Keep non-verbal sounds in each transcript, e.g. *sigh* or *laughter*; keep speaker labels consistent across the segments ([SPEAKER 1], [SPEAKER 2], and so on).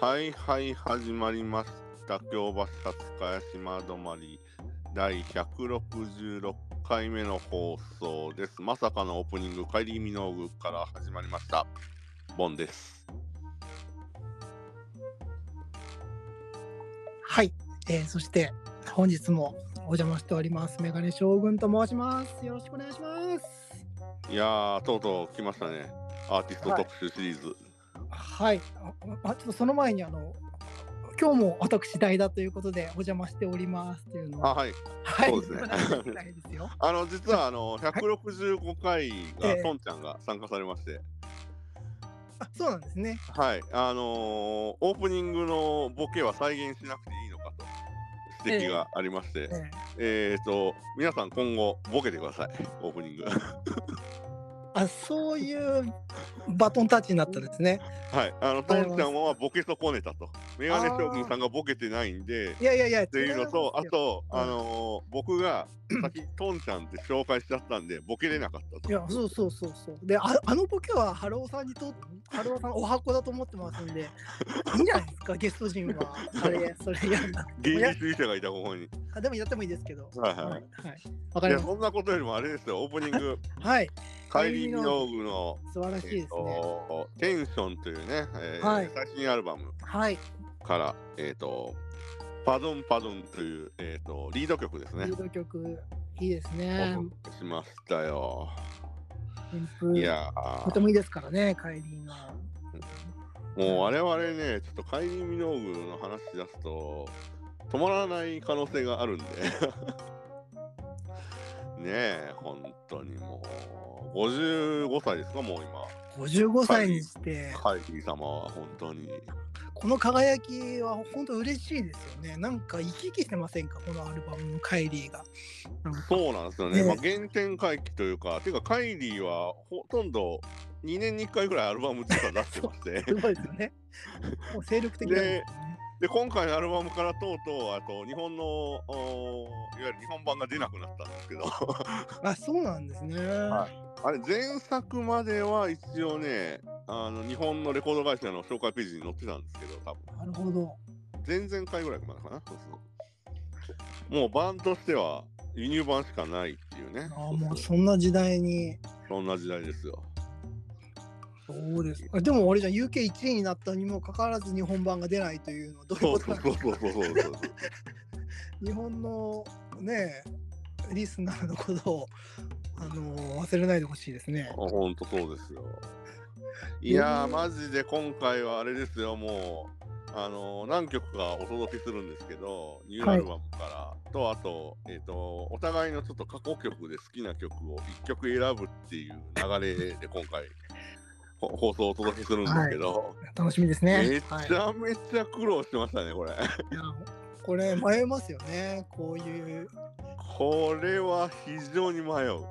[SPEAKER 1] はいはい始まりました京橋勝茅島止まり第166回目の放送ですまさかのオープニング帰りミノーグから始まりましたボンです
[SPEAKER 2] はい、えー、そして本日もお邪魔しておりますメガネ将軍と申しますよろしくお願いします
[SPEAKER 1] いやーとうとう来ましたねアーティスト特集シリーズ、
[SPEAKER 2] はいああちょっとその前にあの今日も私代打ということでお邪魔しておりますというの
[SPEAKER 1] あ
[SPEAKER 2] は
[SPEAKER 1] はい
[SPEAKER 2] はい
[SPEAKER 1] そうですね
[SPEAKER 2] お話ししたいですよ
[SPEAKER 1] あの実はあの165回
[SPEAKER 2] え
[SPEAKER 1] が
[SPEAKER 2] え
[SPEAKER 1] とんちゃんが参加されまして
[SPEAKER 2] あそうなんですね
[SPEAKER 1] はいあのーオープニングのボケは再現しなくていいのかと指摘がありまして、
[SPEAKER 2] えー
[SPEAKER 1] えーと、皆さん今後、ボケてください、オープニング。 *laughs*
[SPEAKER 2] あそういうバトンタッチになったんですね
[SPEAKER 1] はい、あの、トンちゃんはボケ損ねたと。メガネ将軍さんがボケてないんで、
[SPEAKER 2] いやいやいやっ
[SPEAKER 1] っていうの *laughs* と、あと、
[SPEAKER 2] うん
[SPEAKER 1] あのー僕が先、トンちゃんって紹介しちゃったんで、ボケれなかった
[SPEAKER 2] い
[SPEAKER 1] と。
[SPEAKER 2] やそうそうそうそうであ *laughs* あのボケはハローさんにとハローさんお箱だと思ってますんでいいんじゃないですかゲスト陣
[SPEAKER 1] *laughs*
[SPEAKER 2] はあれそれやるな
[SPEAKER 1] 現実主義者がいた、ここに。
[SPEAKER 2] あでもやってもいいですけど。
[SPEAKER 1] はいはい
[SPEAKER 2] はい。わか
[SPEAKER 1] いや、
[SPEAKER 2] りまし
[SPEAKER 1] そんなことよりもあれですよ、オープニン
[SPEAKER 2] *laughs*
[SPEAKER 1] グ、
[SPEAKER 2] た。はい。
[SPEAKER 1] 帰りミノーグの、
[SPEAKER 2] 素晴らしい
[SPEAKER 1] えー
[SPEAKER 2] ですね。
[SPEAKER 1] と、テンションというね、えー
[SPEAKER 2] はい
[SPEAKER 1] 最新アルバム
[SPEAKER 2] はい。
[SPEAKER 1] から、えっ、と、パドンパドンという、えっ、と、リード曲です
[SPEAKER 2] リ
[SPEAKER 1] ね
[SPEAKER 2] ー。ド曲、いいです
[SPEAKER 1] お
[SPEAKER 2] ね。
[SPEAKER 1] 届けしましたよ。
[SPEAKER 2] 旋風
[SPEAKER 1] いや
[SPEAKER 2] とて
[SPEAKER 1] ー
[SPEAKER 2] もいいですからね、カイリーの。
[SPEAKER 1] もう我々ねちょっとカイリー・ミノーグの話し出すと止まらない可能性があるんで *laughs* ねえ本当にもう55歳ですかもう今
[SPEAKER 2] 55歳にして、
[SPEAKER 1] カイリー様は本当に
[SPEAKER 2] この輝きは本当嬉しいですよね。なんか生き生きしてませんか、このアルバムのカイ
[SPEAKER 1] *laughs*
[SPEAKER 2] リーが。なんか
[SPEAKER 1] そうなんですよね、
[SPEAKER 2] ね
[SPEAKER 1] まあ、原点回帰というかていうかカイリーはほとんど2年に1回ぐらいアルバム実は出してまして
[SPEAKER 2] すごいですよね。もう精力的なんですよね。
[SPEAKER 1] で今回のアルバムからとうとうあと日本のおいわゆる日本版が出なくなったんですけど *laughs*
[SPEAKER 2] あ、そうなんですね。
[SPEAKER 1] はあれ前作までは一応ねあの日本のレコード会社の紹介ページに載ってたんですけど多分
[SPEAKER 2] なるほど。
[SPEAKER 1] 前々回ぐらいまでかなそうそうもう版としては輸入版しかないっていうね
[SPEAKER 2] あもう
[SPEAKER 1] そ
[SPEAKER 2] そんな時代に。
[SPEAKER 1] んな時代ですよ
[SPEAKER 2] そうですか。でもあれじゃん、UK1 位になったにもかかわらず日本版が出ないというのはどうい
[SPEAKER 1] そうう
[SPEAKER 2] こと
[SPEAKER 1] そう
[SPEAKER 2] なの
[SPEAKER 1] そうそうそうそうそう
[SPEAKER 2] 日本のね、リスナーのことを、あの忘れないでほしいですね。
[SPEAKER 1] ほんとそうですよいやーマジで今回はあれですよもうあのー何曲かお届けするんですけどニューアルバムから、とあと,、えー、とお互いのちょっと過去曲で好きな曲を1曲選ぶっていう流れで今回 *laughs* ほ放送をお届けするんですけど、
[SPEAKER 2] 楽しみですね。
[SPEAKER 1] めっ
[SPEAKER 2] はい
[SPEAKER 1] ちゃめちゃ苦労してましたねこれ
[SPEAKER 2] いやこれ迷いますよね。こういう。
[SPEAKER 1] これは非常に迷う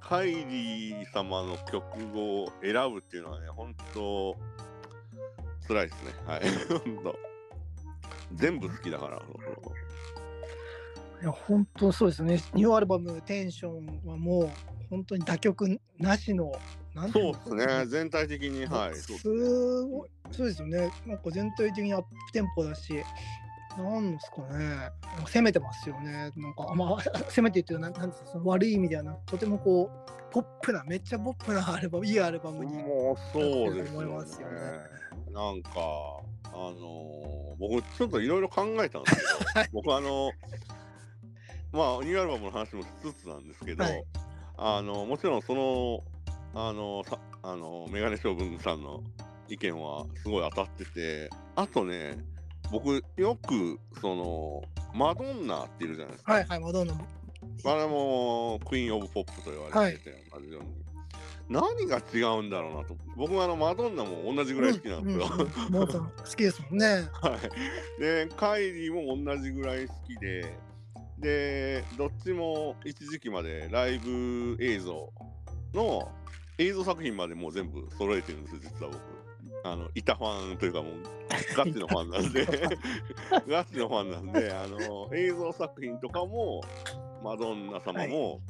[SPEAKER 1] カイリー様の曲を選ぶっていうのはね本当辛いですねはい本当全部好きだから
[SPEAKER 2] いや、本当そうですよね。ニューアルバム、テンションはもう、本当に打曲なしの、なんてい
[SPEAKER 1] そう
[SPEAKER 2] の
[SPEAKER 1] ですね全体的にはいそうっす
[SPEAKER 2] すごいそうですよねなんか全体的にアップテンポだしなんですかね攻めてますよねなんかあ *laughs* まあ攻めてっていうのはなんなんですかその悪い意味ではなくとてもこうポップなめっちゃポップな *laughs* アルバムいいアルバムに
[SPEAKER 1] もうそうです
[SPEAKER 2] 思い
[SPEAKER 1] よ
[SPEAKER 2] ま
[SPEAKER 1] ね
[SPEAKER 2] すよね
[SPEAKER 1] なんかあのー僕ちょっといろいろ考えたんですけ
[SPEAKER 2] *laughs*
[SPEAKER 1] ど、僕あのまあニューアルバムの話もしつつなんですけど、
[SPEAKER 2] はい
[SPEAKER 1] あのもちろんそのあのさあのメガネ将軍さんの意見はすごい当たっててあとね僕よくそのマドンナっているじゃないですか、
[SPEAKER 2] はいはいマドンナも
[SPEAKER 1] あれもクイーン・オブ・ポップと言われてて、同じように何が違うんだろうなと僕はあのマドンナも同じぐらい好きなんですよ、
[SPEAKER 2] うんうんうんモーツァルト好きですもんね
[SPEAKER 1] はい、でカイリーも同じぐらい好きででどっちも一時期までライブ映像の映像作品までもう全部揃えてるんですよ実は僕あのいたファンというかもうガチのファンなんでガチのファンなんであの映像作品とかもマドンナ様も、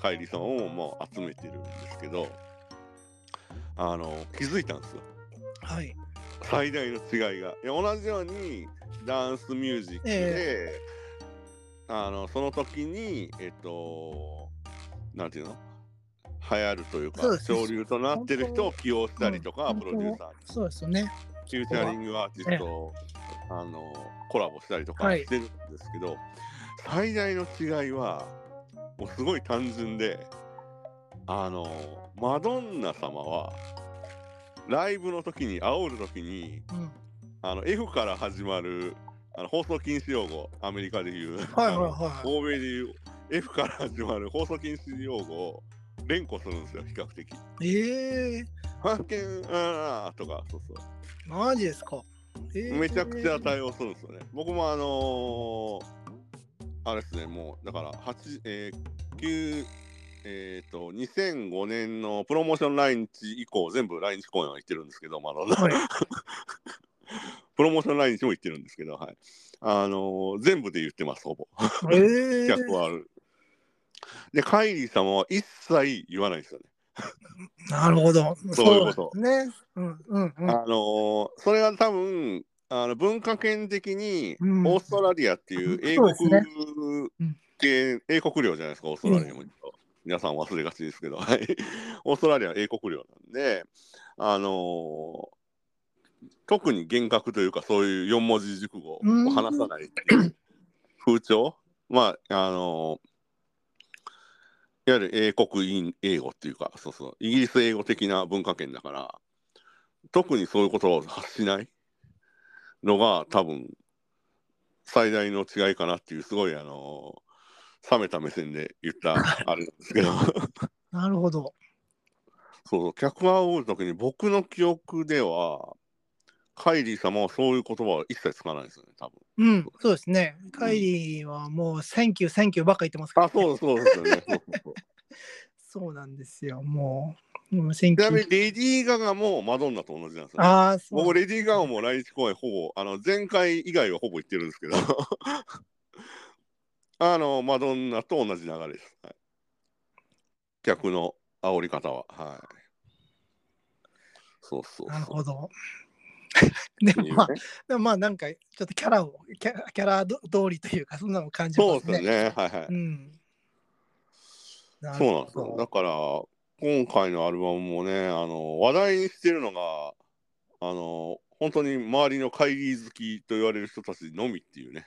[SPEAKER 1] カイリー様ももう集めてるんですけどあの気づいたんですよ
[SPEAKER 2] はい
[SPEAKER 1] 最大の違いがいや同じようにダンスミュージックで、あのその時にえっとなんていうの流行るというか
[SPEAKER 2] そうです
[SPEAKER 1] 潮流となってる人を起用したりとか、
[SPEAKER 2] うん
[SPEAKER 1] プロデューサーに
[SPEAKER 2] そうですよね。
[SPEAKER 1] チュータリングアーティストをあのコラボしたりとか
[SPEAKER 2] はい
[SPEAKER 1] してるんですけど、最大の違いはもうすごい単純であのマドンナ様はライブの時に煽る時に
[SPEAKER 2] うん。
[SPEAKER 1] あの F から始まるあの放送禁止用語アメリカでいう、
[SPEAKER 2] はいはい
[SPEAKER 1] あの
[SPEAKER 2] はい。
[SPEAKER 1] 欧米でいう F から始まる *laughs* 放送禁止用語を連呼するんですよ比較的。
[SPEAKER 2] ええ
[SPEAKER 1] 発見あーとかそうそう
[SPEAKER 2] マジですか。えー
[SPEAKER 1] めちゃくちゃ対応するんですよね。僕もあのーあれですね、もうだから8、えー、9、えっ、と、2005年のプロモーション来日以降、全部来日公演は行ってるんですけど、まだ、 *laughs*
[SPEAKER 2] はい
[SPEAKER 1] プロモーション来日も行ってるんですけど、はい。あのー全部で言ってます、ほぼ。 *laughs*
[SPEAKER 2] ええ
[SPEAKER 1] 100はある。で、カイリー様は一切言わないんですよね。
[SPEAKER 2] なるほど。
[SPEAKER 1] そういうこと
[SPEAKER 2] そうですね。うんうんうん。
[SPEAKER 1] あのーそれが多分あの文化圏的にオ
[SPEAKER 2] うん
[SPEAKER 1] ーストラリアっていう英
[SPEAKER 2] そう
[SPEAKER 1] 国
[SPEAKER 2] ですね
[SPEAKER 1] 系、英国領じゃないですかオーストラリアも、皆さん忘れがちですけどはいオーストラリアは英国領なんであのー特に厳格というかそういう4文字熟語を話さないっていう風潮、まああのーいわゆる英国英語っていうかそうそうイギリス英語的な文化圏だから特にそういうことを発しないのが多分最大の違いかなっていうすごいあの冷めた目線で言ったあれなんですけどそう
[SPEAKER 2] なるほど。
[SPEAKER 1] そう客がおる時に僕の記憶ではカイリー様はそういう言葉は一切使わないですよね多分
[SPEAKER 2] うん、そうですね。カイリーはもう、センキュー、センキューばっか言ってますから、
[SPEAKER 1] あそうそうですよねそうそう *laughs* そう
[SPEAKER 2] そうなんですよ。もう、もうセン
[SPEAKER 1] ち
[SPEAKER 2] キュ
[SPEAKER 1] なみ
[SPEAKER 2] ー。
[SPEAKER 1] にレディー・ガガもマドンナと同じなんですよ、ね、
[SPEAKER 2] ああ、そ
[SPEAKER 1] 僕
[SPEAKER 2] う。
[SPEAKER 1] レディー・ガガも来日公演ほぼあの前回以外はほぼ行ってるんですけど *laughs* あのマドンナと同じ流れです、はい、客の煽り方ははいそうそう
[SPEAKER 2] なる
[SPEAKER 1] そう
[SPEAKER 2] ほ
[SPEAKER 1] *laughs*
[SPEAKER 2] ど。で
[SPEAKER 1] って
[SPEAKER 2] も
[SPEAKER 1] いうね
[SPEAKER 2] まあ、でもまあなんか、ちょっとキャラを、キャキャラど通りというか、そんなのを感じ
[SPEAKER 1] そ
[SPEAKER 2] ま
[SPEAKER 1] う
[SPEAKER 2] す
[SPEAKER 1] です
[SPEAKER 2] ね。
[SPEAKER 1] ねはいはい、
[SPEAKER 2] うん。な
[SPEAKER 1] そうなんですよだから今回のアルバムもねあの話題にしてるのがあの本当に周りの会議好きと言われる人たちのみっていうね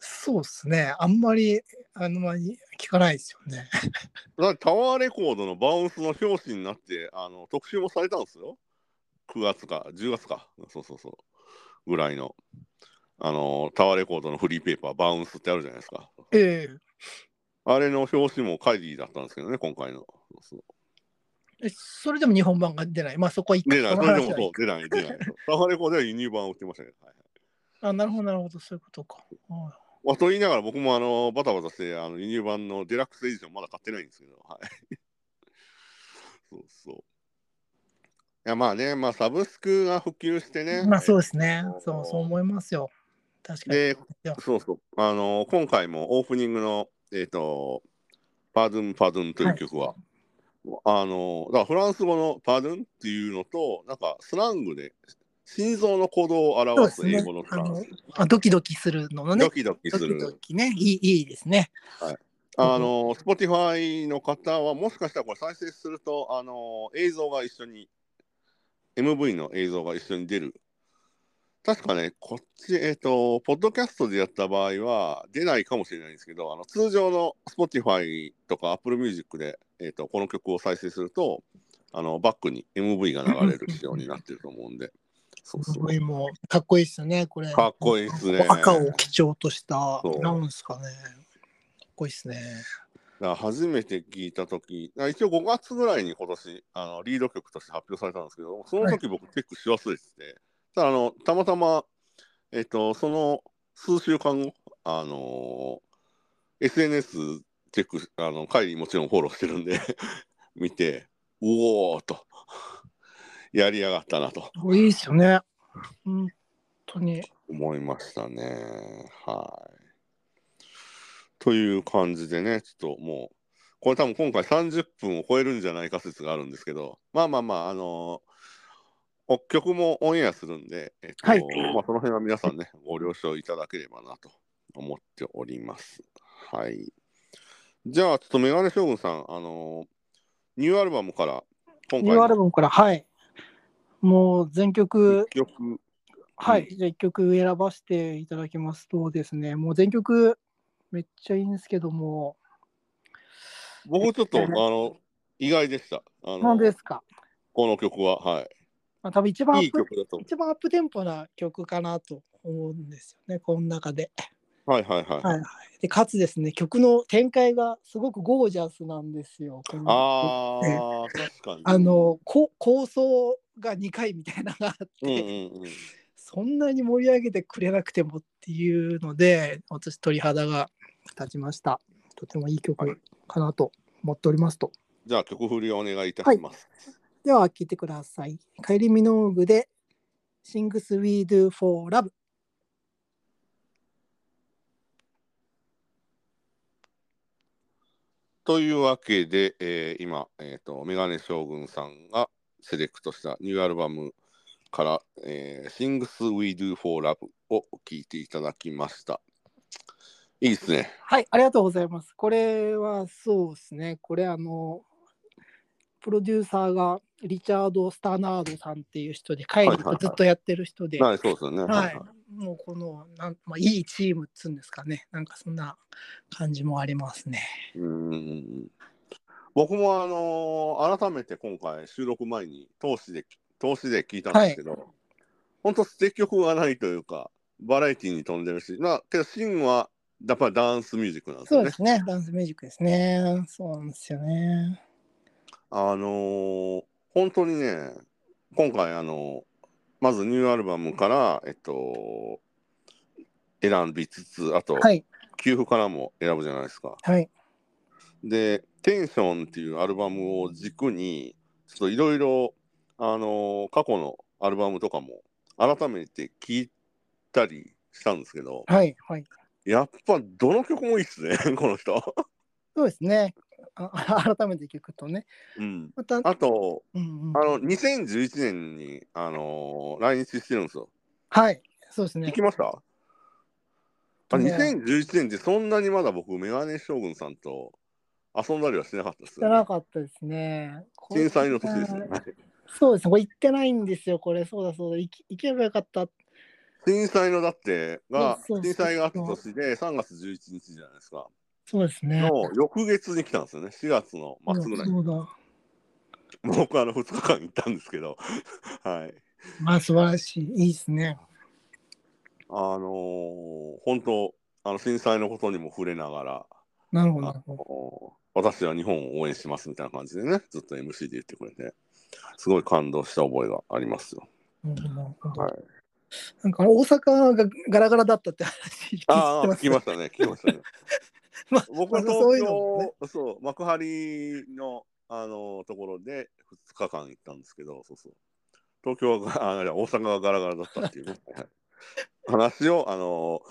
[SPEAKER 2] そうですね。あんまり、あの、まあ聞かないですよね。 *laughs*
[SPEAKER 1] だってタワーレコードのバウンスの表紙になってあの特集もされたんですよ9月か10月かそうそうそうぐらいのあのタワーレコードのフリーペーパーバウンスってあるじゃないですか
[SPEAKER 2] え
[SPEAKER 1] あれの表紙も会議だったんですけどね今回のそうそう
[SPEAKER 2] えそれでも日本版が出ない。まあそこは一回
[SPEAKER 1] 出ない
[SPEAKER 2] そ
[SPEAKER 1] そ
[SPEAKER 2] の
[SPEAKER 1] れ
[SPEAKER 2] 話
[SPEAKER 1] でも
[SPEAKER 2] は
[SPEAKER 1] そう出ない出ないタワーレコードでは輸入版を売ってましたけど、はい
[SPEAKER 2] あ、なるほど、なるほど、そういうことか。は
[SPEAKER 1] まあ、と言いながら僕もあのバタバタしてあの輸入版のデラックスエディションまだ買ってないんですけど、はい、 *laughs* そうそういやまあねまあサブスクが普及してね
[SPEAKER 2] いまあそうです
[SPEAKER 1] え。
[SPEAKER 2] ね
[SPEAKER 1] っ
[SPEAKER 2] そ
[SPEAKER 1] と
[SPEAKER 2] う、そう思いますよ。確かに。
[SPEAKER 1] でそうそうあの今回もオープニングのえっ、と「パドゥンパドゥン」という曲は、あのだからフランス語の「パドゥン」っていうのとなんかスラングで心臓の鼓動を表す
[SPEAKER 2] そうですね
[SPEAKER 1] 英語のフランス、
[SPEAKER 2] あドキドキするののね
[SPEAKER 1] ド。キドキ
[SPEAKER 2] ド
[SPEAKER 1] す
[SPEAKER 2] キ
[SPEAKER 1] る
[SPEAKER 2] ドキね。いいいいですね。
[SPEAKER 1] あの、Spotify の方は、もしかしたらこれ再生すると、あの、映像が一緒に、MV の映像が一緒に出る。確かね、こっち、えっ、と、ポッドキャストでやった場合は、出ないかもしれないんですけど、あの通常の Spotify とか Apple Music で、えっとこの曲を再生すると、あのバックに MV が流れる仕様になってると思うんで、そうそう
[SPEAKER 2] これもかっこいいですよね、これ。
[SPEAKER 1] かっこいいっすね
[SPEAKER 2] 赤を基調とした
[SPEAKER 1] そ、う
[SPEAKER 2] なんですかね。かっこいいですね。
[SPEAKER 1] だから初めて聞いた時あ一応5月ぐらいに今年あのリード曲として発表されたんですけどその時僕チェックし忘れてて、ただあのたまたま、えっと、その数週間後、あのー SNS チェックしあの会議もちろんフォローしてるんで *laughs* 見てうおーっとやりやがったなと
[SPEAKER 2] かっこいいですよね。本当に。
[SPEAKER 1] 思いましたね。はい。という感じでね、ちょっともう、これ多分今回30分を超えるんじゃないか説があるんですけど、まあまあまあ、あのお曲もオンエアするんで、えっと
[SPEAKER 2] はい
[SPEAKER 1] まあ、その辺は皆さんね、ご了承いただければなと思っております。はい。じゃあ、ちょっとメガネ将軍さん、あのニューアルバムから、今
[SPEAKER 2] ニューア
[SPEAKER 1] 回
[SPEAKER 2] ルバムから、はい。もう全曲
[SPEAKER 1] の、曲、
[SPEAKER 2] はい。じゃあ1曲選ばせていただきますとですね、もう全曲、めっちゃいいんですけども、
[SPEAKER 1] 僕ちょっと、あの、意外でした。あの
[SPEAKER 2] 何ですか、
[SPEAKER 1] この曲は、は
[SPEAKER 2] まあ、多分一番ア
[SPEAKER 1] い。いい
[SPEAKER 2] ップ
[SPEAKER 1] 曲だと思
[SPEAKER 2] 一番アップテンポな曲かなと思うんですよね、この中で。
[SPEAKER 1] う。はいはいはい。
[SPEAKER 2] はいはい、でかつですね、曲の展開がすごくゴージャスなんですよ。この
[SPEAKER 1] あ
[SPEAKER 2] ね
[SPEAKER 1] あ、確かに。
[SPEAKER 2] あ、のこ構想が2回みたいなのがあっ
[SPEAKER 1] うんう
[SPEAKER 2] て、
[SPEAKER 1] んうん。
[SPEAKER 2] そんなに盛り上げてくれなくてもっていうので私鳥肌が立ちましたとてもいい曲かなと思っておりますと、
[SPEAKER 1] じゃあ、曲振りをお願いいたします。
[SPEAKER 2] では聴いてください「帰りミノーグ」で「Sings We Do for Love」
[SPEAKER 1] というわけで、えー今、えーと、メガネ将軍さんがセレクトしたニューアルバムから、えー、Things We Do for Love を聴いていただきました。いいですね。
[SPEAKER 2] はい、ありがとうございます。これはそうですね。これあの、プロデューサーがリチャード・スタナードさんっていう人で、会議
[SPEAKER 1] はいはいはい
[SPEAKER 2] ずっとやってる人で、
[SPEAKER 1] はい、そうですよね。
[SPEAKER 2] はい、もうこのなん、まあ、いいチームっつうんですかね。なんかそんな感じもありますね。
[SPEAKER 1] いうんうんうん僕も、あのー改めて今回収録前に投資で投資で聞いたんですけど、本当捨て曲がないというかバラエティに飛んでるしまあけどシンはやっぱりダンスミュージックなんです
[SPEAKER 2] そ
[SPEAKER 1] よ
[SPEAKER 2] う
[SPEAKER 1] ね
[SPEAKER 2] で。すね。ダンスミュージックですね。そうなんですよね。
[SPEAKER 1] あのー本当にね今回あのーまずニューアルバムからえっと選びつつあと
[SPEAKER 2] はい、
[SPEAKER 1] 給付からも選ぶじゃないですか。
[SPEAKER 2] はい、
[SPEAKER 1] で「テンション」っていうアルバムを軸にちょっといろいろあのー過去のアルバムとかも改めて聞いたりしたんですけど
[SPEAKER 2] はい、はい。
[SPEAKER 1] やっぱどの曲もいいっすね *laughs* この人。
[SPEAKER 2] そうですね。あ *laughs* 改めて聞くとね。
[SPEAKER 1] うん、
[SPEAKER 2] また、
[SPEAKER 1] あと
[SPEAKER 2] うんうん
[SPEAKER 1] あ、の2011年に、あのー来日してるんですよ。
[SPEAKER 2] はい、そうです
[SPEAKER 1] 行
[SPEAKER 2] ね
[SPEAKER 1] き。ましたあ
[SPEAKER 2] ね
[SPEAKER 1] 2011年ってそんなにまだ僕メガネ将軍さんと遊んだりはしてなかったです
[SPEAKER 2] 知ら
[SPEAKER 1] よ、ね
[SPEAKER 2] な。かったですね。これ
[SPEAKER 1] 震災の年ですよね。
[SPEAKER 2] そうですね、これ行ってないんですよ、これ、そうだそうだ、行き行けばよかった。
[SPEAKER 1] 震災のだってが
[SPEAKER 2] そうそう
[SPEAKER 1] 震災があった年で3月11日じゃないですか
[SPEAKER 2] そうですね。
[SPEAKER 1] の翌月に来たんですよね4月の末ぐらい
[SPEAKER 2] そ
[SPEAKER 1] に
[SPEAKER 2] うだ。
[SPEAKER 1] 僕あの2日間行ったんですけど *laughs* はい
[SPEAKER 2] まあ、素晴らしい、いいですね。
[SPEAKER 1] あのー本当あの震災のことにも触れながら、
[SPEAKER 2] なるほど。な
[SPEAKER 1] あ
[SPEAKER 2] るほ
[SPEAKER 1] の
[SPEAKER 2] ど
[SPEAKER 1] ー私は日本を応援しますみたいな感じでねずっと MC で言ってくれてすごい感動した覚えがありますよ
[SPEAKER 2] なるほどなるほど
[SPEAKER 1] はい
[SPEAKER 2] なんか大阪がガラガラだったって話聞いて
[SPEAKER 1] ああ、
[SPEAKER 2] ま
[SPEAKER 1] 聞
[SPEAKER 2] す
[SPEAKER 1] きましたね、聞きましたね。
[SPEAKER 2] *laughs* まあ
[SPEAKER 1] 僕は
[SPEAKER 2] まあ
[SPEAKER 1] 東
[SPEAKER 2] そういうのもね
[SPEAKER 1] 京、そう、幕張の、あのところで2日間行ったんですけど、そうそう。東京はが、あいや大阪はガラガラだったって
[SPEAKER 2] *laughs*
[SPEAKER 1] いうね、はい話を、あの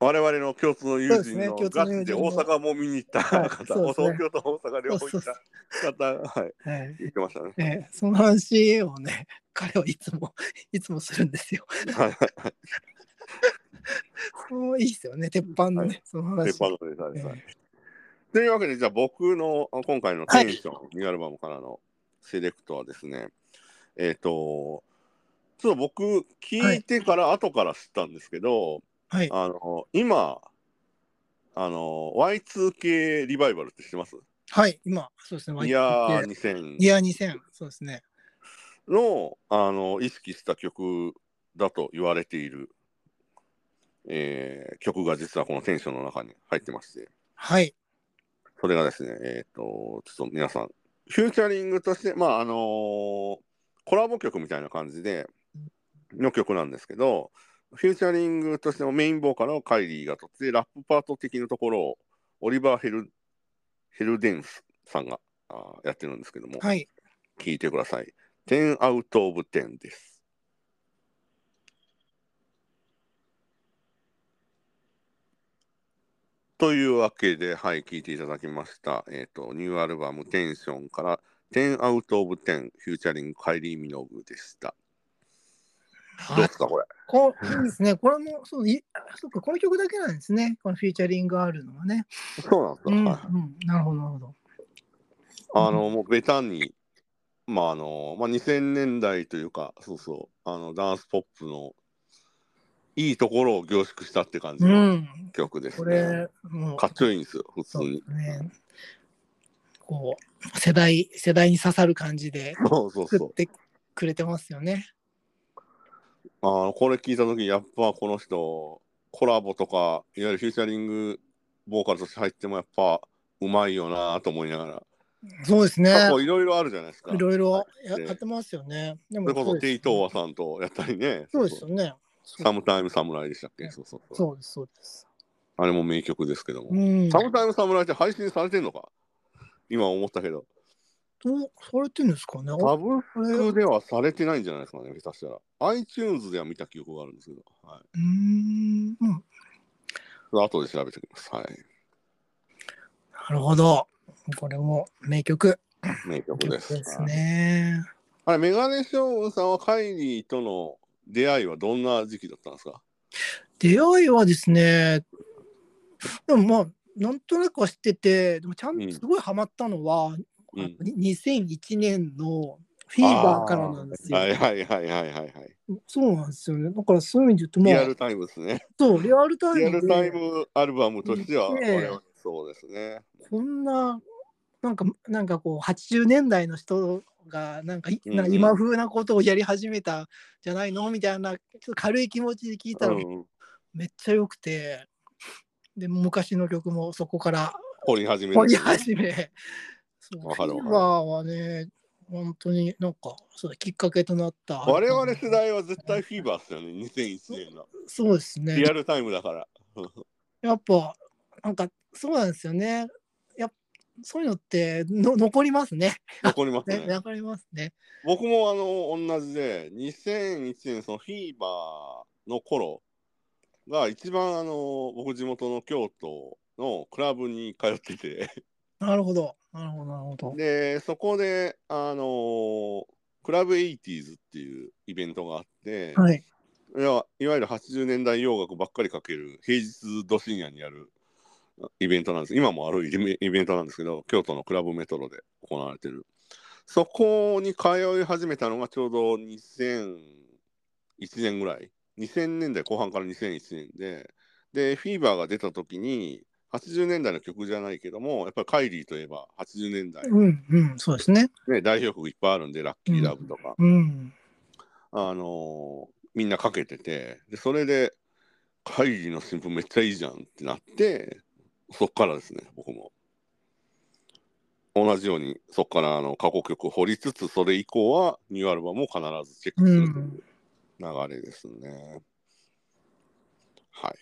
[SPEAKER 1] 我々の共通の友
[SPEAKER 2] そうです
[SPEAKER 1] 人
[SPEAKER 2] ね
[SPEAKER 1] の
[SPEAKER 2] 共通
[SPEAKER 1] ガ
[SPEAKER 2] の
[SPEAKER 1] チ
[SPEAKER 2] 友人
[SPEAKER 1] で
[SPEAKER 2] の
[SPEAKER 1] 大阪も見に行った
[SPEAKER 2] はい
[SPEAKER 1] 方、
[SPEAKER 2] そうですね
[SPEAKER 1] 東京と大阪両方行
[SPEAKER 2] そう
[SPEAKER 1] っ
[SPEAKER 2] そ
[SPEAKER 1] た方、はい、
[SPEAKER 2] はい
[SPEAKER 1] 行ってましたね。
[SPEAKER 2] ええその話をね、 *laughs* 彼はいつも、 *laughs* いつもするんですよ。 *laughs*
[SPEAKER 1] はいはいはい。
[SPEAKER 2] そういいですよね、鉄板のね、
[SPEAKER 1] は
[SPEAKER 2] その話。
[SPEAKER 1] ペッパードレザーです。
[SPEAKER 2] え
[SPEAKER 1] はいというわけで、じゃあ僕のあ今回のテンション、ニューアルバムからのセレクトはですね、えっ、と、ちょっと僕、聞いてから、後から知ったんですけど、
[SPEAKER 2] はい。
[SPEAKER 1] あの、今、あの、Y2K リバイバルって知ってます
[SPEAKER 2] はい、今、そうですね、
[SPEAKER 1] いやー2000
[SPEAKER 2] YTK イヤー2000、そうですね。
[SPEAKER 1] の、あの、意識した曲だと言われている、えー曲が実はこのテンションの中に入ってまして、
[SPEAKER 2] はい、
[SPEAKER 1] それがですね、えっ、と、ちょっと皆さん、フューチャリングとして、まあ、あのーコラボ曲みたいな感じで、の曲なんですけど、フューチャリングとしてのメインボーカルをカイリーが取って、ラップパート的なところを、オリバー・ヘル、ヘルデンスさんがあーやってるんですけども、
[SPEAKER 2] はい。
[SPEAKER 1] 聞いてください。10 out of 10です。というわけで、はい、聞いていただきました。えっ、と、ニューアルバムテンションから10 out of 10フューチャリングカイリー・ミノグでした。どう
[SPEAKER 2] は
[SPEAKER 1] で
[SPEAKER 2] い
[SPEAKER 1] すかこれ。
[SPEAKER 2] こういいですね。これも、そう、いそっか、この曲だけなんですね。このフィーチャリングあるのはね。
[SPEAKER 1] そうなんです
[SPEAKER 2] う
[SPEAKER 1] か、
[SPEAKER 2] ん、う
[SPEAKER 1] はい
[SPEAKER 2] ん、なるほど、なるほど。
[SPEAKER 1] あの、もうベタに、まああの、まあ、2000年代というか、そうそう、あの、ダンスポップのいいところを凝縮したって感じ
[SPEAKER 2] う
[SPEAKER 1] の
[SPEAKER 2] ん、
[SPEAKER 1] 曲です
[SPEAKER 2] こ
[SPEAKER 1] ね。
[SPEAKER 2] れ、もう、
[SPEAKER 1] かっちょいいんですよ、普通
[SPEAKER 2] そうで
[SPEAKER 1] に。
[SPEAKER 2] すね。こう、世代、世代に刺さる感じで
[SPEAKER 1] そうそう
[SPEAKER 2] 作
[SPEAKER 1] そう
[SPEAKER 2] っ。てくれてますよね。
[SPEAKER 1] あのこれ聞いた時やっぱこの人コラボとかいわゆるフューチャリングボーカルとして入ってもやっぱうまいよなと思いながら
[SPEAKER 2] そうですね。
[SPEAKER 1] 過去いろいろあるじゃないですか
[SPEAKER 2] いろいろや
[SPEAKER 1] で
[SPEAKER 2] やってますよね。で
[SPEAKER 1] そ
[SPEAKER 2] も
[SPEAKER 1] れこそテイトー
[SPEAKER 2] は
[SPEAKER 1] ワさんとやったりね
[SPEAKER 2] そうですよね。
[SPEAKER 1] サムタイムサムライでしたっけ
[SPEAKER 2] ね
[SPEAKER 1] そうそうそう
[SPEAKER 2] そうです、そうです。
[SPEAKER 1] あれも名曲ですけども、
[SPEAKER 2] うん。
[SPEAKER 1] サムタイムサムライって配信されてんのか今思ったけど
[SPEAKER 2] どうされてるんですかね。
[SPEAKER 1] サブ
[SPEAKER 2] これ
[SPEAKER 1] スク
[SPEAKER 2] う
[SPEAKER 1] ではされてないんじゃないですかね下手したら iTunes では見た記憶があるんですけど、はい、
[SPEAKER 2] ーん。うん
[SPEAKER 1] それ後で調べてきますはい
[SPEAKER 2] なるほど。これも名曲
[SPEAKER 1] 名曲です
[SPEAKER 2] ですね。
[SPEAKER 1] あれ、メガネ将軍さんはカイリーとの出会いはどんな時期だったんですか
[SPEAKER 2] 出会いはですね、でもまあ、なんとなくは知ってて、でもちゃん
[SPEAKER 1] うん
[SPEAKER 2] とすごいハマったのは、
[SPEAKER 1] うん
[SPEAKER 2] あのに2001年のフィーバーからなんですよ。
[SPEAKER 1] はいはいはいはいはいはい。
[SPEAKER 2] そうなんですよね。だからそういう意味で言
[SPEAKER 1] リア
[SPEAKER 2] うと、ま
[SPEAKER 1] ルタイムですね
[SPEAKER 2] あ。、そう、リアルタイム
[SPEAKER 1] リ
[SPEAKER 2] で
[SPEAKER 1] アルタイムアルバムとしては、
[SPEAKER 2] ね
[SPEAKER 1] 我
[SPEAKER 2] え
[SPEAKER 1] 々そうですね。
[SPEAKER 2] こんな、なんか、なんかこう、80年代の人が、なんかい、
[SPEAKER 1] うんうん
[SPEAKER 2] なんか今風なことをやり始めたんじゃないのみたいな、ちょっと軽い気持ちで聞いたら、
[SPEAKER 1] うん、
[SPEAKER 2] めっちゃ良くて、で、昔の曲もそこから
[SPEAKER 1] 掘り始め
[SPEAKER 2] 掘り
[SPEAKER 1] る。
[SPEAKER 2] 始め、そう
[SPEAKER 1] わかるわかる
[SPEAKER 2] フィーバーはね、本当になんか、そうだきっかけとなった。
[SPEAKER 1] 我々世代は絶対フィーバーっすよね、2001年の。
[SPEAKER 2] そうですね。
[SPEAKER 1] リアルタイムだから。
[SPEAKER 2] やっぱなんかそうなんですよね。やっそういうのっての残りますね。
[SPEAKER 1] 残ります
[SPEAKER 2] ね
[SPEAKER 1] ね。
[SPEAKER 2] 残りますね。
[SPEAKER 1] 僕もあの、同じで、2001年そのフィーバーの頃が一番あの、僕地元の京都のクラブに通ってて。
[SPEAKER 2] *laughs* なるほど。なるほど。なるほど。
[SPEAKER 1] でそこであのークラブ 80s っていうイベントがあって、
[SPEAKER 2] はい。
[SPEAKER 1] いやいわゆる80年代洋楽ばっかりかける平日ど深夜にやるイベントなんです今もあるイベイベントなんですけど京都のクラブメトロで行われてるそこに通い始めたのがちょうど2001年ぐらい2000年代後半から2001年ででフィーバーが出た時に80年代の曲じゃないけどもやっぱりカイリーといえば80年代
[SPEAKER 2] うんうんそうですね。
[SPEAKER 1] ね、代表曲いっぱいあるんで、ラッキーラブとか、
[SPEAKER 2] うん。
[SPEAKER 1] あのーみんなかけてて、でそれで、会議の新聞めっちゃいいじゃんってなって、そっからですね、僕も。同じように、そっからあの過去曲を掘りつつ、それ以降はニューアルバムを必ずチェック
[SPEAKER 2] う
[SPEAKER 1] する
[SPEAKER 2] ん。
[SPEAKER 1] 流れですね。はい。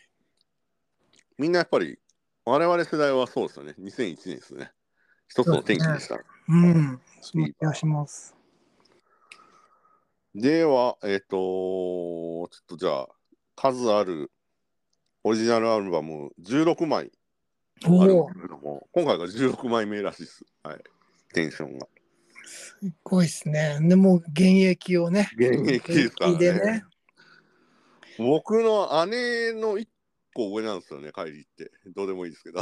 [SPEAKER 1] みんなやっぱり、我々世代はそうですよね、2001年ですね。一つの転機でした。
[SPEAKER 2] うん。その気がします。
[SPEAKER 1] では、えっ、とちょっとじゃあ、数あるオリジナルアルバム16枚
[SPEAKER 2] お
[SPEAKER 1] あるん
[SPEAKER 2] お
[SPEAKER 1] で。すけども、今回が16枚目らしいです。はい。テンションが。
[SPEAKER 2] すっごいですね。でもう現役をね。
[SPEAKER 1] 現役ですからね
[SPEAKER 2] 現役でね。
[SPEAKER 1] 僕の姉の1個上なんですよね、帰りって。どうでもいいですけど。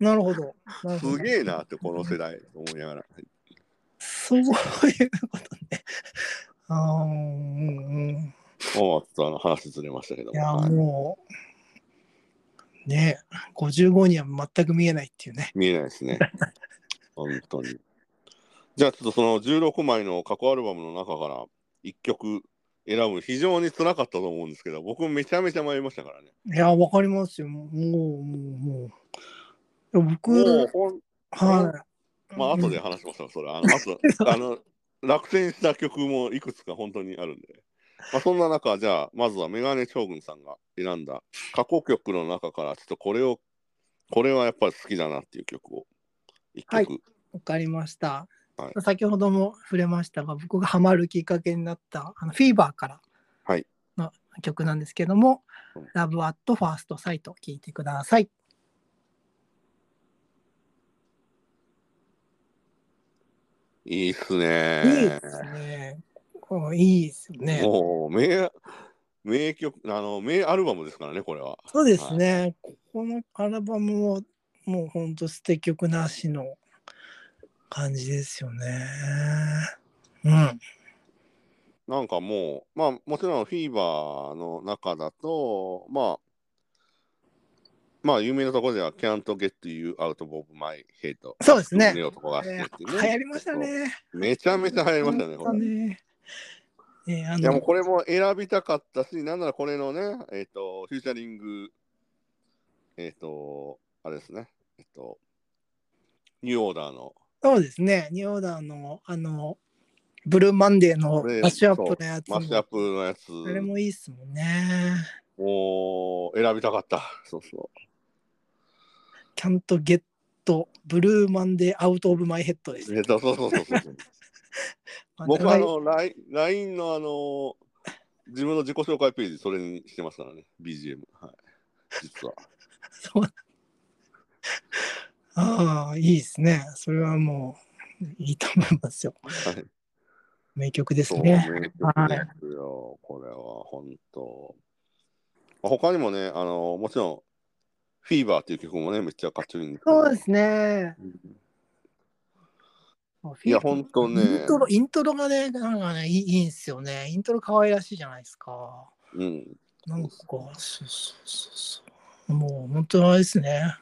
[SPEAKER 2] なるほど。なるほど
[SPEAKER 1] すげえなって、この世代、思いながら。
[SPEAKER 2] そういうことね。ああ、うんうん。
[SPEAKER 1] もう、ちょっとあの話ずれましたけど
[SPEAKER 2] いや、
[SPEAKER 1] も、はい
[SPEAKER 2] もう、ねえ、55には全く見えないっていうね。
[SPEAKER 1] 見えないです
[SPEAKER 2] *laughs*
[SPEAKER 1] ね。本当に。じゃあちょっとその16枚の過去アルバムの中から1曲選ぶ非常に辛かったと思うんですけど僕めちゃめちゃ迷いましたからね。
[SPEAKER 2] いや、わかりますよ。もう、もう、もう。いや僕、
[SPEAKER 1] もうほん
[SPEAKER 2] はい。
[SPEAKER 1] まあ後で
[SPEAKER 2] うん。
[SPEAKER 1] 話しますよそれあの
[SPEAKER 2] *laughs*
[SPEAKER 1] 後あの落選した曲もいくつか本当にあるんで、まあ、そんな中じゃあまずはメガネ将軍さんが選んだ過去曲の中からちょっとこれをこれはやっぱり好きだなっていう曲を1曲、
[SPEAKER 2] はいわかりました。
[SPEAKER 1] はい
[SPEAKER 2] 先ほども触れましたが、僕がハマるきっかけになった、あのフィーバーから
[SPEAKER 1] はい
[SPEAKER 2] の曲なんですけども、
[SPEAKER 1] うん
[SPEAKER 2] ラブアットファーストサイト聞いてください。
[SPEAKER 1] いいっす
[SPEAKER 2] いい
[SPEAKER 1] ね
[SPEAKER 2] ですね。こういいですよね。
[SPEAKER 1] もう名名曲あの名アルバムですからねこれは
[SPEAKER 2] そうですね。ここのアルバムも、もうほんと捨て曲なしの感じですよね。うん。
[SPEAKER 1] なんかもうまあもちろんフィーバーの中だとまあまあ有名なところでは「Can't Get You Out of My Head」
[SPEAKER 2] そうですね。
[SPEAKER 1] のとこがあって
[SPEAKER 2] え
[SPEAKER 1] っ
[SPEAKER 2] ー
[SPEAKER 1] ていう
[SPEAKER 2] 流行りましたね。
[SPEAKER 1] めちゃめちゃ流行りましたねこれ
[SPEAKER 2] ね。えーあ
[SPEAKER 1] いやもう
[SPEAKER 2] の、
[SPEAKER 1] これも選びたかったし、なんならこれのね、えっ、と、フューチャリング、えっ、と、あれですね、えっ、と、ニューオーダーの、
[SPEAKER 2] そうですね。ニューオーダーの、あの、ブルーマンデーの
[SPEAKER 1] これ
[SPEAKER 2] マッシュアップのやつ
[SPEAKER 1] マ
[SPEAKER 2] も。
[SPEAKER 1] ッシュアップのやつ
[SPEAKER 2] あれもいいっすもんね。
[SPEAKER 1] を選びたかった。そうそ
[SPEAKER 2] キャントゲット、ブルーマンデー、アウトオブマイヘッドです
[SPEAKER 1] う。。えっ、と、そうそうそうそうそう。
[SPEAKER 2] まあ
[SPEAKER 1] *laughs* 僕はあ
[SPEAKER 2] 長い
[SPEAKER 1] の、ライン LINE のあの、自分の自己紹介ページ、それにしてますからね、BGM。はい。実は。
[SPEAKER 2] *laughs* そうああ、いいですね。それはもう、いいと思いますよ。
[SPEAKER 1] はい
[SPEAKER 2] 名曲です
[SPEAKER 1] そう
[SPEAKER 2] ね。
[SPEAKER 1] 名曲ですよ、これは本当。まあ他にもね、あのもちろん、フィーバーっていう曲もね、めっちゃかっちょいいんですけど
[SPEAKER 2] そうですね。
[SPEAKER 1] うん
[SPEAKER 2] い
[SPEAKER 1] いや、本当ね、
[SPEAKER 2] イントロ、イントロがね、なんかね、いいいいんですよね。イントロ可愛らしいじゃないですか。
[SPEAKER 1] うん、
[SPEAKER 2] なんか、そうそうそうそう。もう本当にあれですね。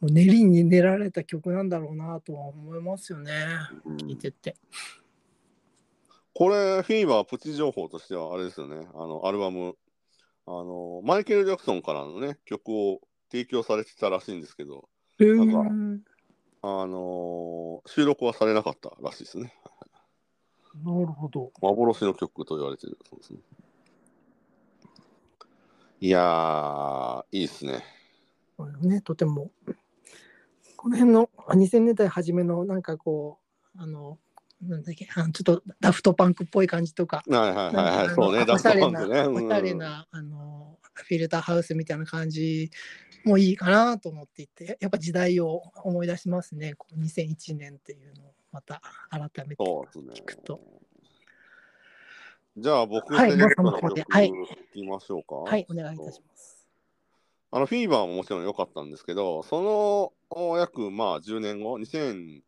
[SPEAKER 2] もう練りに練られた曲なんだろうなとは思いますよね。
[SPEAKER 1] うん
[SPEAKER 2] 聴いてて。
[SPEAKER 1] これ、フィーバープチ情報としては、あれですよね、あの、アルバム、あの、マイケル・ジャクソンからのね、曲を提供されてたらしいんですけど、
[SPEAKER 2] うん
[SPEAKER 1] かあの収録はされなかったらしいですね。
[SPEAKER 2] なるほど。
[SPEAKER 1] 幻の曲と言われてる。そうですね。いやー、いいですね。
[SPEAKER 2] そうよね、とても。この辺のあ2000年代初めのなんかこう、あの、なんだっけ、あのちょっとダフトパンクっぽい感じとか、
[SPEAKER 1] はいはいはい
[SPEAKER 2] な
[SPEAKER 1] は
[SPEAKER 2] ん
[SPEAKER 1] い。
[SPEAKER 2] かあの
[SPEAKER 1] そうね、
[SPEAKER 2] お
[SPEAKER 1] ダ
[SPEAKER 2] しゃ
[SPEAKER 1] フト
[SPEAKER 2] れ
[SPEAKER 1] パンクね。
[SPEAKER 2] な、おしゃれ
[SPEAKER 1] うん
[SPEAKER 2] な、あの、フィルターハウスみたいな感じもいいかなと思っていて、やっぱ時代を思い出しますね、こう2001年っていうのをまた改めて
[SPEAKER 1] そうです
[SPEAKER 2] 聞く
[SPEAKER 1] ね
[SPEAKER 2] と。。
[SPEAKER 1] じゃあ僕、
[SPEAKER 2] はい
[SPEAKER 1] セレクトの
[SPEAKER 2] もうそん
[SPEAKER 1] 曲
[SPEAKER 2] なとこで
[SPEAKER 1] い
[SPEAKER 2] はい
[SPEAKER 1] きましょうか。
[SPEAKER 2] はい、お願いいたします。
[SPEAKER 1] あの、フィーバーももちろん良かったんですけど、その約まあ10年後、2009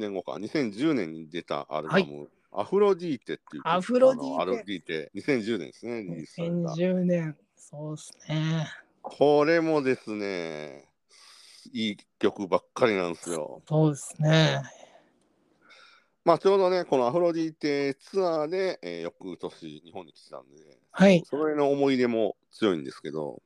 [SPEAKER 1] 年後か、2010年に出たアルバム、アフロディーテっていう曲。
[SPEAKER 2] アフロディーテ
[SPEAKER 1] あのアフロディーテ。2010年ですね、リリースされた。
[SPEAKER 2] 2010年、そうですね。
[SPEAKER 1] これもですね、いい曲ばっかりなんですよ。
[SPEAKER 2] そうですね。
[SPEAKER 1] まあちょうどね、このアフロディーテツアーで、えー翌年日本に来てたんで、
[SPEAKER 2] はい
[SPEAKER 1] それの思い出も強いんですけど、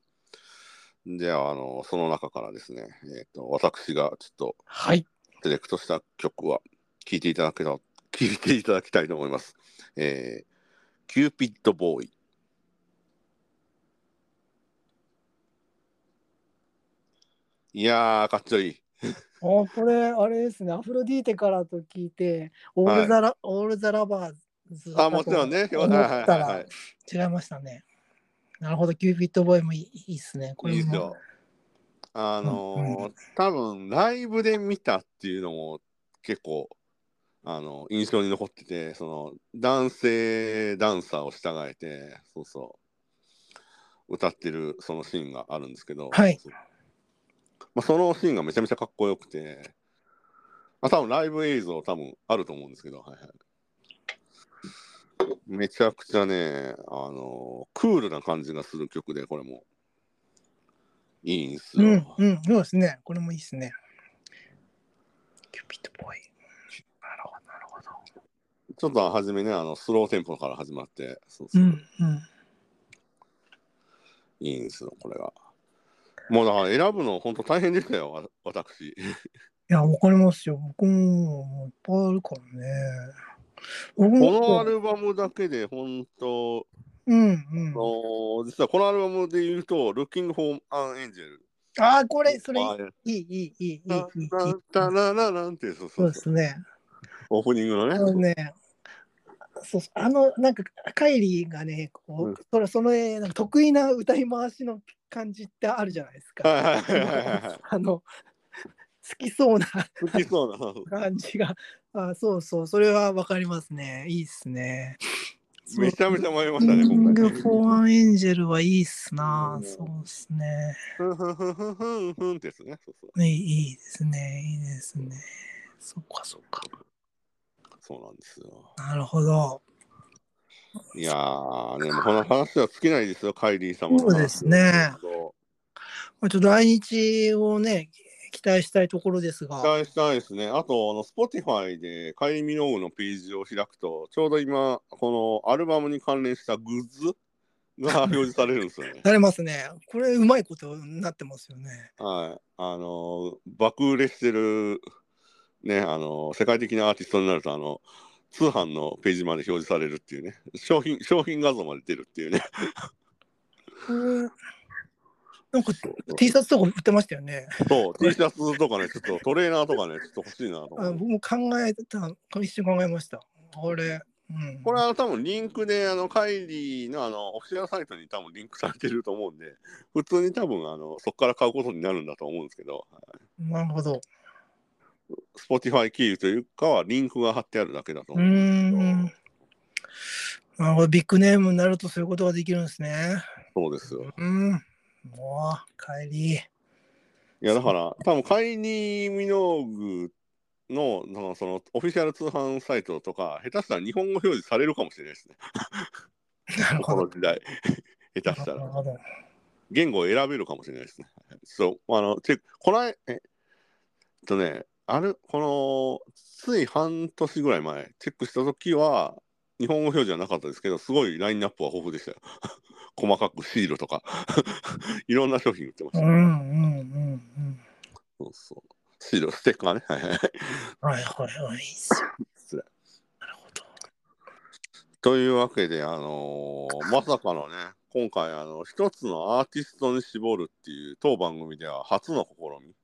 [SPEAKER 1] ではあのその中からですね、えーと、私がちょっと
[SPEAKER 2] はい。
[SPEAKER 1] セレクトした曲は聴いていただけた *laughs* 聞いていただきたいと思います。えー、キューピッドボーイ。いやー、かっちょいい。
[SPEAKER 2] あこれあれですねアフロディーテからと聞いてオールザラ、オールザラバーズ
[SPEAKER 1] あ、もちろんね。
[SPEAKER 2] 思
[SPEAKER 1] は
[SPEAKER 2] っ
[SPEAKER 1] いはい
[SPEAKER 2] た
[SPEAKER 1] は
[SPEAKER 2] ら違いましたねなるほどキューピッドボーイもいいいいっすねこ
[SPEAKER 1] い。
[SPEAKER 2] れ
[SPEAKER 1] いい
[SPEAKER 2] も
[SPEAKER 1] ですよ。あ
[SPEAKER 2] うんう
[SPEAKER 1] のー、多分ライブで見たっていうのも結構、あの印象に残ってて、その男性ダンサーを従えて、そうそう、歌ってるそのシーンがあるんですけど、
[SPEAKER 2] はい
[SPEAKER 1] そうまあ、そのシーンがめちゃめちゃかっこよくて、まあ、多分ライブ映像多分あると思うんですけど、はいはい、めちゃくちゃね、あのクールな感じがする曲で、これもいいんです
[SPEAKER 2] う
[SPEAKER 1] よ。
[SPEAKER 2] んうんそうですねこれもいいっすねキューピッドボーイなるほどなるほど
[SPEAKER 1] ちょっと初めね、あのスローテンポから始まって、そうそうう、
[SPEAKER 2] んうん
[SPEAKER 1] いいんですよ、これが。もうだから選ぶの本当大変でしたよ、わ私。
[SPEAKER 2] いやわかりますよ僕ももういっぱいあるからね僕
[SPEAKER 1] こ
[SPEAKER 2] も
[SPEAKER 1] のアルバムだけで本当、
[SPEAKER 2] うん
[SPEAKER 1] あ
[SPEAKER 2] うん
[SPEAKER 1] の実はこのアルバムで言うと、Looking for an Angel。
[SPEAKER 2] ああこれそれ
[SPEAKER 1] あれ
[SPEAKER 2] いいいいいいいいいいい
[SPEAKER 1] タンタララランって、そう
[SPEAKER 2] そ
[SPEAKER 1] そうう
[SPEAKER 2] で
[SPEAKER 1] そう
[SPEAKER 2] すね
[SPEAKER 1] オープニング
[SPEAKER 2] あの
[SPEAKER 1] のね。
[SPEAKER 2] ね、そうそうあのなんかカイリーがね、こ
[SPEAKER 1] う
[SPEAKER 2] う
[SPEAKER 1] ん
[SPEAKER 2] それそのなんか得意な歌い回しの感じってあるじゃないですか。
[SPEAKER 1] はいはいはいはいはい
[SPEAKER 2] あの好きそうな
[SPEAKER 1] 好きそうな。
[SPEAKER 2] 感じがああそうそう、それはわかりますね。いいっすね。
[SPEAKER 1] めちゃめちゃ迷いま
[SPEAKER 2] そう
[SPEAKER 1] したね、
[SPEAKER 2] キン
[SPEAKER 1] 今
[SPEAKER 2] グ
[SPEAKER 1] 回。
[SPEAKER 2] フォーアンエンジェルはいいっすな
[SPEAKER 1] う。ん
[SPEAKER 2] そうっすね。
[SPEAKER 1] ふんふんふんふんふんふんですね。そうそう。
[SPEAKER 2] いいいいですね。いいですね。そっかそっか。
[SPEAKER 1] そうなんですよ。
[SPEAKER 2] なるほど。
[SPEAKER 1] いやー、でもこの話は尽きないですよ、カイリー様の話。
[SPEAKER 2] そうですね
[SPEAKER 1] そう
[SPEAKER 2] まあちょっと来日をね、期待したいところです
[SPEAKER 1] 期
[SPEAKER 2] が。
[SPEAKER 1] 待したいですね。あと、あの、Spotify でカイリー・ミノーグのページを開くと、ちょうど今、このアルバムに関連したグッズが表示されるんですよね。
[SPEAKER 2] なれますね。これうまいことになってますよね。
[SPEAKER 1] はい。あの、爆売れしてる、ね、あの、世界的なアーティストになると、あの、通販のページまで表示されるっていうね、商品、商品画像まで出るっていうね。
[SPEAKER 2] これなんか T シャツとか売ってましたよね。
[SPEAKER 1] そう、T シャツとかね、ちょっとトレーナーとかね、ちょっと欲しいなと思
[SPEAKER 2] あ
[SPEAKER 1] って。
[SPEAKER 2] 僕も考えてた、一瞬考えました。これ、うん、
[SPEAKER 1] これは多分リンクで、あの、カイリーのあの、オフィシャルサイトに多分リンクされてると思うんで、普通に多分、あの、そこから買うことになるんだと思うんですけど、
[SPEAKER 2] なるほど。
[SPEAKER 1] Spotify 経由というかは、リンクが貼ってあるだけだと
[SPEAKER 2] うー
[SPEAKER 1] 思う。
[SPEAKER 2] ん。なるほど、ビッグネームになるとそういうことができるんですね。
[SPEAKER 1] そうですよ。
[SPEAKER 2] うん。もう、帰り。
[SPEAKER 1] いや、だから、多分カイリー・ミノーグの、なんかその、オフィシャル通販サイトとか、下手したら日本語表示されるかもしれないですね。
[SPEAKER 2] なる
[SPEAKER 1] こ
[SPEAKER 2] ほど
[SPEAKER 1] の。時代。 *laughs* 下手した
[SPEAKER 2] なる
[SPEAKER 1] ら。
[SPEAKER 2] ほど。
[SPEAKER 1] 言語を選べるかもしれないですね。そう、あの、て、こない、ええっとね、ある、この、つい半年ぐらい前、チェックした時は、日本語表示はなかったですけど、すごいラインナップは豊富でしたよ。 *laughs* 細かくシールとか、 *laughs* いろんな商品売ってました。
[SPEAKER 2] うんうんうんうん。
[SPEAKER 1] そうそう。シール、ステッカーね。はいはいはい
[SPEAKER 2] はいはいはい。いいっすよ
[SPEAKER 1] 失礼
[SPEAKER 2] なるほど。
[SPEAKER 1] というわけで、あのーまさかのね、今回、あの、一つのアーティストに絞るっていう、当番組では初の試み。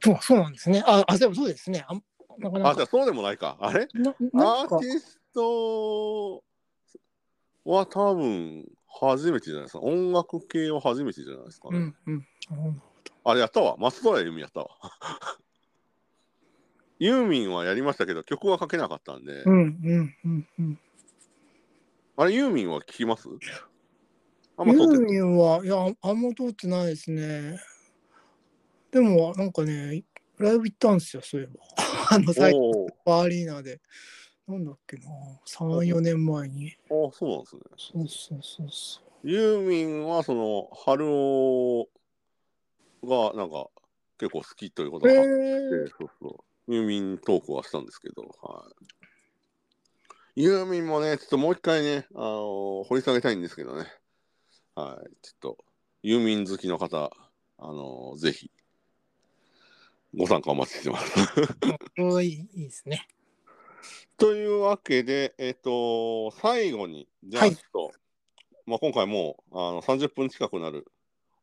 [SPEAKER 2] そうそうなんですね。あ、あでもそうですね。あなか
[SPEAKER 1] あ、
[SPEAKER 2] な
[SPEAKER 1] じゃ
[SPEAKER 2] か
[SPEAKER 1] あ。そうでもないか。あれ
[SPEAKER 2] な
[SPEAKER 1] ア
[SPEAKER 2] なんか
[SPEAKER 1] ーティストは多分初めてじゃないですか。音楽系は初めてじゃないですか
[SPEAKER 2] う
[SPEAKER 1] ね。
[SPEAKER 2] んうん。
[SPEAKER 1] あれやったわ。松任谷由実やったわ。 *laughs* ユーミンはやりましたけど曲は書けなかったんで、
[SPEAKER 2] うんうんうんうん。
[SPEAKER 1] あれユーミンは聞きますあんま
[SPEAKER 2] ユ
[SPEAKER 1] 撮って
[SPEAKER 2] ー
[SPEAKER 1] ない
[SPEAKER 2] ミンは、いや、あんま通ってないですね。でも、なんかね、ライブ行ったんですよ、そういえば。 *laughs* あの、最
[SPEAKER 1] お
[SPEAKER 2] 後、
[SPEAKER 1] ー
[SPEAKER 2] アリーナで。なんだっけな、3、4年前に。
[SPEAKER 1] あそうなんですね。
[SPEAKER 2] そうそうそうそ
[SPEAKER 1] ユーミンはその春尾がなんか結構好きということが
[SPEAKER 2] う。え
[SPEAKER 1] 発
[SPEAKER 2] ー、
[SPEAKER 1] そうそう。ユーミントークはしたんですけど、はい。ユーミンもね、ちょっともう一回ね、あのー掘り下げたいんですけどね。はい。ちょっと、ユーミン好きの方、あのーぜひ、ご参加お待ちしてます。
[SPEAKER 2] おいいいですね。
[SPEAKER 1] というわけで、えっ、と、最後に、じゃあ
[SPEAKER 2] はい
[SPEAKER 1] ちょっと、まあ、今回もうあの30分近くなる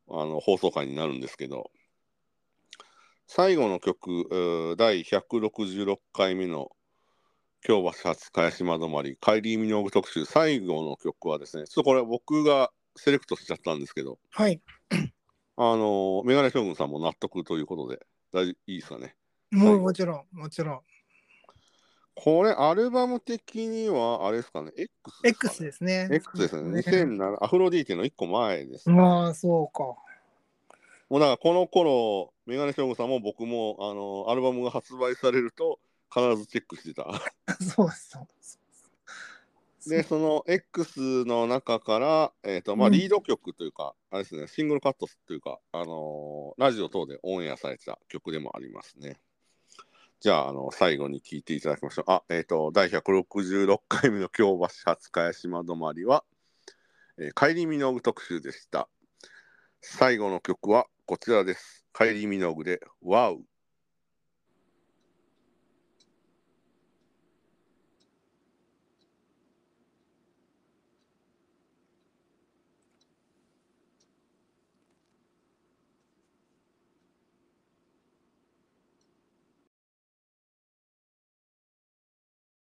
[SPEAKER 1] あの放送回になるんですけど、最後の曲、うー第166回目の京橋初茅島止まり、カイリー・ミノーグ特集、最後の曲はですね、ちょっとこれ僕がセレクトしちゃったんですけど、
[SPEAKER 2] はい。
[SPEAKER 1] あの、メガネ将軍さんも納得ということで、大いいですかね。
[SPEAKER 2] も
[SPEAKER 1] は
[SPEAKER 2] う
[SPEAKER 1] い
[SPEAKER 2] もちろん、もちろん。
[SPEAKER 1] これ、アルバム的には、あれですかね、X ですかね
[SPEAKER 2] X ですね。
[SPEAKER 1] X ですね。2007、アフロディーテの1個前です。も
[SPEAKER 2] まあ、そうか。 *laughs*
[SPEAKER 1] うだからこの頃、メガネ将軍さんも僕も、あの、アルバムが発売されると、必ずチェックしてた。
[SPEAKER 2] そうそうそう。 *laughs*
[SPEAKER 1] で、その X の中から、えっ、と、まあ、
[SPEAKER 2] うん
[SPEAKER 1] リード曲というか、あれですね、シングルカットというか、あのーラジオ等でオンエアされてた曲でもありますね。じゃあ、あの、最後に聴いていただきましょう。あ、えっ、と、第166回目の京橋初茅島止まりは、えー、カイリー・ミノーグ特集でした。最後の曲はこちらです。カイリー・ミノーグで、ワウ。